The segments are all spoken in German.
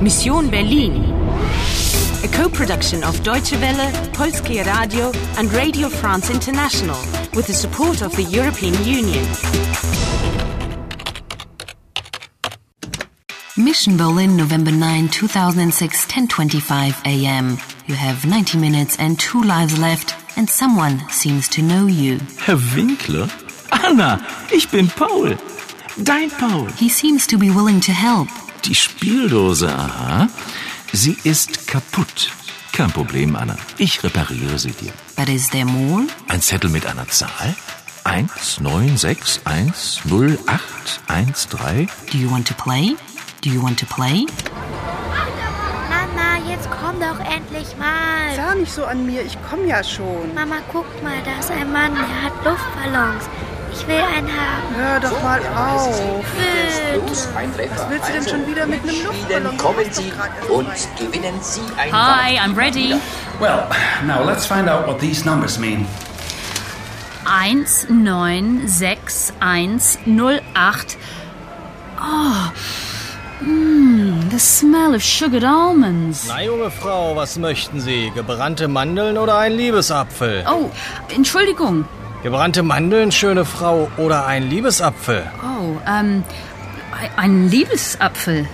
Mission Berlin. A co-production of Deutsche Welle, Polskie Radio and Radio France International with the support of the European Union. Mission Berlin, November 9, 2006, 10:25 a.m. You have 90 minutes and two lives left, and someone seems to know you. Herr Winkler? Anna, ich bin Paul. Dein Paul. He seems to be willing to help. Die Spieldose, aha. Sie ist kaputt. Kein Problem, Anna. Ich repariere sie dir. But is there more? Ein Zettel mit einer Zahl? 1, 9, 6, 1, 0, 8, 1, 3. Do you want to play? Do you want to play? Mama, jetzt komm doch endlich mal. Sah nicht so an mir, ich komme ja schon. Mama, guck mal, da ist ein Mann, der hat Luftballons. Ich will einen haben. Hör doch mal auf. Bitte. Ein Treffer. Was willst du denn schon wieder mit einem Luftballon? also Spielen, kommen Sie und gewinnen Sie ein Hi, I'm ready. Well, now let's find out what these numbers mean. 196108. Oh, mm, the smell of sugared almonds. Na, junge Frau, was möchten Sie? Gebrannte Mandeln oder ein Liebesapfel? Oh, Entschuldigung. Gebrannte Mandeln, schöne Frau, oder ein Liebesapfel? Oh, ähm, ein Liebesapfel.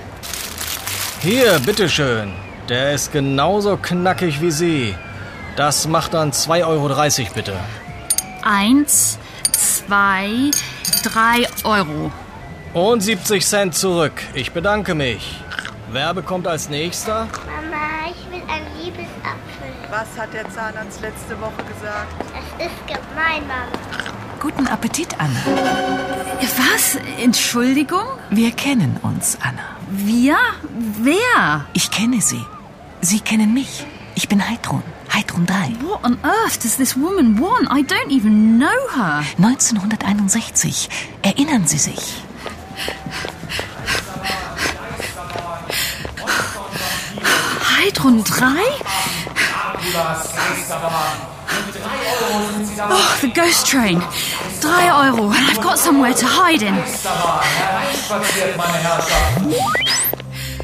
Hier, bitteschön. Der ist genauso knackig wie Sie. Das macht dann 2,30 Euro, bitte. Eins, zwei, drei Euro. Und 70 Cent zurück. Ich bedanke mich. Wer bekommt als nächster? Mama, ich will einen Liebesapfel. Was hat der Zahnarzt letzte Woche gesagt? Das ist gemein, Mama. Guten Appetit, Anna. Was? Entschuldigung? Wir kennen uns, Anna. Wir? Wer? Ich kenne Sie. Sie kennen mich. Ich bin Heidrun. Heidrun 3. What on earth does this woman want? I don't even know her. 1961. Erinnern Sie sich? Heidrun 3? Oh, the ghost train. Drei Euro, and I've got somewhere to hide in.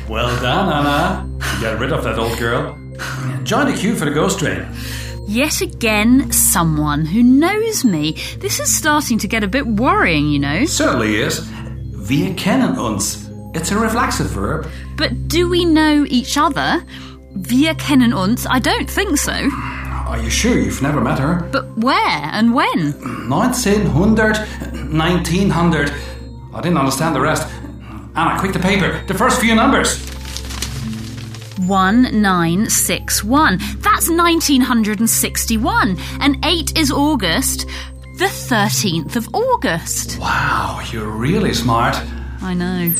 Well done, Anna. You got rid of that old girl. Join the queue for the ghost train. Yet again, someone who knows me. This is starting to get a bit worrying, you know. Certainly is. Wir kennen uns. It's a reflexive verb. But do we know each other? Wir kennen uns? I don't think so. Are you sure you've never met her? But where and when? 1900, 1900. I didn't understand the rest. Anna, quick the paper. The first few numbers. 1961. That's 1961. And 8 is August, the 13th of August. Wow, Oh, you're really smart. I know.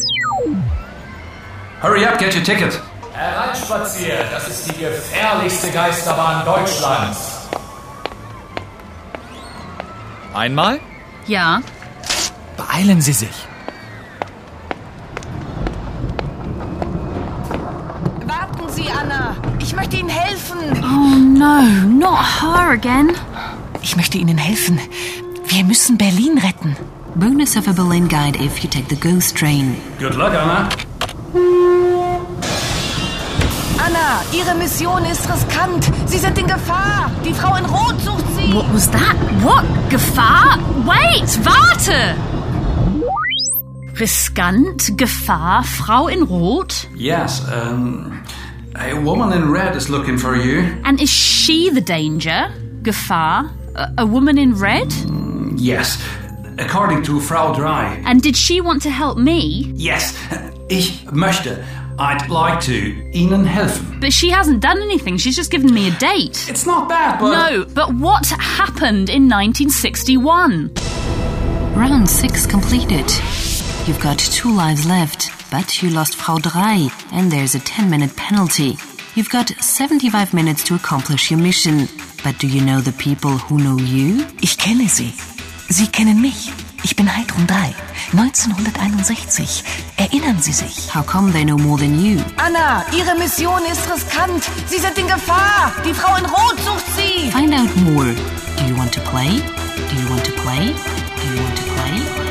Hurry up, get your ticket. Hereinspaziert, das ist die gefährlichste Geisterbahn Deutschlands. Einmal? Yeah. Beeilen Sie sich. Warten Sie, Anna. Ich möchte Ihnen helfen. Oh no, not her again. Ich möchte Ihnen helfen. Wir müssen Berlin retten. Bonus of a Berlin guide if you take the ghost train. Good luck, Anna. Anna, Ihre Mission ist riskant. Sie sind in Gefahr. Die Frau in Rot sucht Sie. What was that? What? Gefahr? Wait, warte! Riskant, Gefahr, Frau in Rot? Yes, um, a woman in red is looking for you. And is she the danger? Gefahr? A, a woman in red? Yes, according to Frau Drei. And did she want to help me? Yes, ich möchte. I'd like to. Ihnen helfen. But she hasn't done anything, she's just given me a date. It's not bad, but. No, but what happened in 1961? Round 6 completed. You've got two lives left, but you lost Frau Drei, and there's a 10 minute penalty. You've got 75 minutes to accomplish your mission. But do you know the people who know you? Ich kenne Sie. Sie kennen mich. Ich bin Heidrun 3. 1961. Erinnern Sie sich? How come they know more than you? Anna, Ihre Mission ist riskant. Sie sind in Gefahr. Die Frau in Rot sucht Sie. Find out more. Do you want to play? Do you want to play? Do you want to play?